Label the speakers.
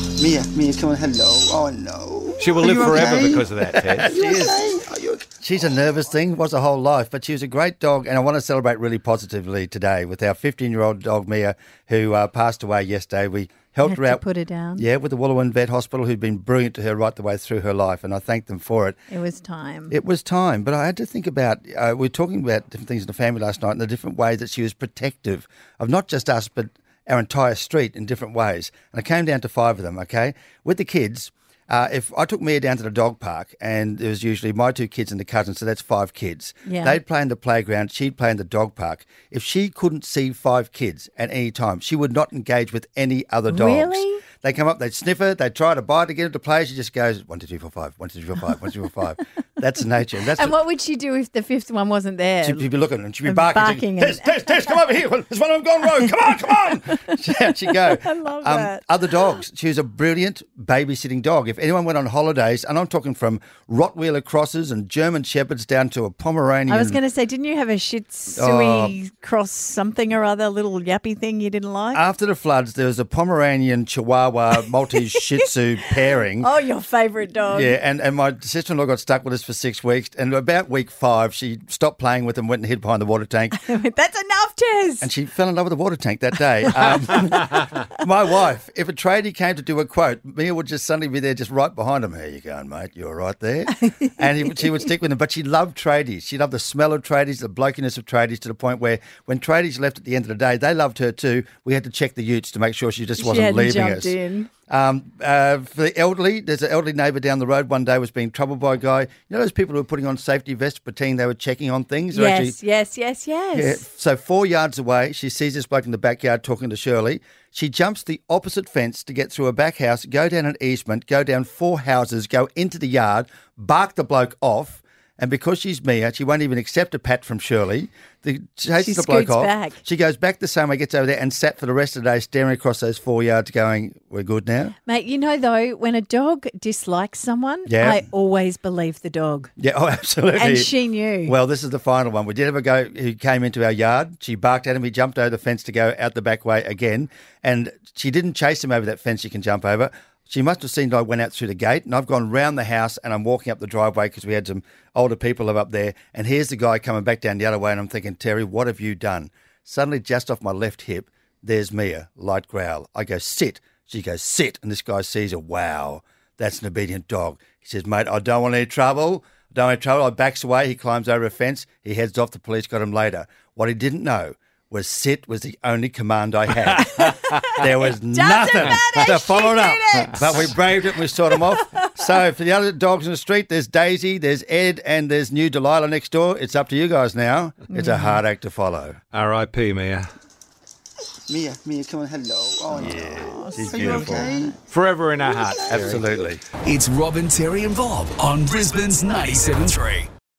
Speaker 1: me is coming. Hello. Oh no.
Speaker 2: She will
Speaker 1: Are
Speaker 2: live
Speaker 1: you
Speaker 2: forever
Speaker 1: okay?
Speaker 2: because of that, Ted.
Speaker 1: Are you okay? Are you okay?
Speaker 3: She's a nervous thing, was her whole life, but she was a great dog. And I want to celebrate really positively today with our 15 year old dog, Mia, who uh, passed away yesterday. We helped
Speaker 4: Had
Speaker 3: her
Speaker 4: to
Speaker 3: out.
Speaker 4: put her down.
Speaker 3: Yeah, with the Wooloowin Vet Hospital, who'd been brilliant to her right the way through her life. And I thank them for it.
Speaker 4: It was time.
Speaker 3: It was time, but I had to think about. Uh, we were talking about different things in the family last night and the different ways that she was protective of not just us, but our entire street in different ways. And I came down to five of them, okay? With the kids, uh, if I took Mia down to the dog park, and it was usually my two kids and the cousin, so that's five kids.
Speaker 4: Yeah.
Speaker 3: They'd play in the playground, she'd play in the dog park. If she couldn't see five kids at any time, she would not engage with any other dogs.
Speaker 4: Really?
Speaker 3: They come up, they sniff her, they try to bite her, get her to play. She just goes one, two, three, four, five, one, two, three, four, five, one, two, three, four, five. That's the nature. That's
Speaker 4: and
Speaker 3: the-
Speaker 4: what would she do if the fifth one wasn't there?
Speaker 3: she'd, she'd be looking and she'd be
Speaker 4: And
Speaker 3: barking.
Speaker 4: barking
Speaker 3: she'd, Tess,
Speaker 4: and-
Speaker 3: Tess, Tess, come over here. There's one of them gone rogue. Come on, come on. She'd, she'd go. I
Speaker 4: love that.
Speaker 3: Other dogs. She was a brilliant babysitting dog. If anyone went on holidays, and I'm talking from Rottweiler crosses and German shepherds down to a Pomeranian.
Speaker 4: I was going to say, didn't you have a Shih Tzu
Speaker 3: Oh.
Speaker 4: cross something or other little yappy thing you didn't like?
Speaker 3: After the floods, there was a Pomeranian Chihuahua Maltese Shih Tzu pairing.
Speaker 4: oh, your favourite dog.
Speaker 3: Yeah, and, and my sister in law got stuck with us for six weeks. And about week five, she stopped playing with them, went and hid behind the water tank.
Speaker 4: That's enough, Tess.
Speaker 3: And she fell in love with the water tank that day. Um, my wife, if a tradie came to do a quote, Mia would just suddenly be there, just right behind him. How you going, mate? You're right there. And he, she would stick with him. But she loved tradies. She loved the smell of tradies, the blokiness of tradies, to the point where when tradies left at the end of the day, they loved her too. We had to check the utes to make sure she just
Speaker 4: She
Speaker 3: wasn't
Speaker 4: hadn't
Speaker 3: leaving
Speaker 4: jumped
Speaker 3: us.
Speaker 4: in.
Speaker 3: Um, uh, for the elderly, there's an elderly neighbour down the road one day was being troubled by a guy. You know those people who were putting on safety vests, pretending they were checking on things? They're actually-
Speaker 4: Yes, yes, yes, yes.
Speaker 3: yeah, so four yards away, she sees this bloke in the backyard talking to Shirley. She jumps the opposite fence to get through a back house, go down an easement, go down four houses, go into the yard, bark the bloke off. And because she's Mia, she won't even accept a pat from Shirley. The, she takes
Speaker 4: She
Speaker 3: the bloke
Speaker 4: scoots
Speaker 3: off.
Speaker 4: back.
Speaker 3: She goes back the same way, gets over there, and sat for the rest of the day staring across those four yards, going, "We're good now."
Speaker 4: Mate, you know, though, when a dog dislikes someone,
Speaker 3: Yeah.
Speaker 4: I always believe the dog.
Speaker 3: Yeah, oh, absolutely.
Speaker 4: And she knew.
Speaker 3: Well, this is the final one. We did have a go who came into our yard. She barked at him. He jumped over the fence to go out the back way again. And she didn't chase him over that fence you can jump over. She must have seen that I went out through the gate and I've gone round the house and I'm walking up the driveway because we had some older people live up there. And here's the guy coming back down the other way. And I'm thinking, Terry, what have you done? Suddenly, just off my left hip, there's Mia, light growl. I go, sit. She goes, sit. And this guy sees her. Wow, that's an obedient dog. He says, mate, I don't want any trouble. I don't want any trouble. I backs away. He climbs over a fence. He heads off. The police got him later. What he didn't know was sit was the only command I had. there was nothing
Speaker 4: matter,
Speaker 3: to follow it
Speaker 4: she
Speaker 3: up.
Speaker 4: did it.
Speaker 3: But we braved it and we sawed him off. So for the other dogs in the street, there's Daisy, there's Ed, and there's new Delilah next door. It's up to you guys now. It's
Speaker 4: Mm-hmm.
Speaker 3: a hard act to follow.
Speaker 2: R.I.P. Mia.
Speaker 1: Mia, Mia, come on. Hello. Oh no.
Speaker 3: she's
Speaker 1: Are you
Speaker 3: beautiful.
Speaker 1: okay?
Speaker 2: Forever in our hearts.
Speaker 3: Absolutely.
Speaker 5: It's Robin, Terry, and Bob on Brisbane's 97.3.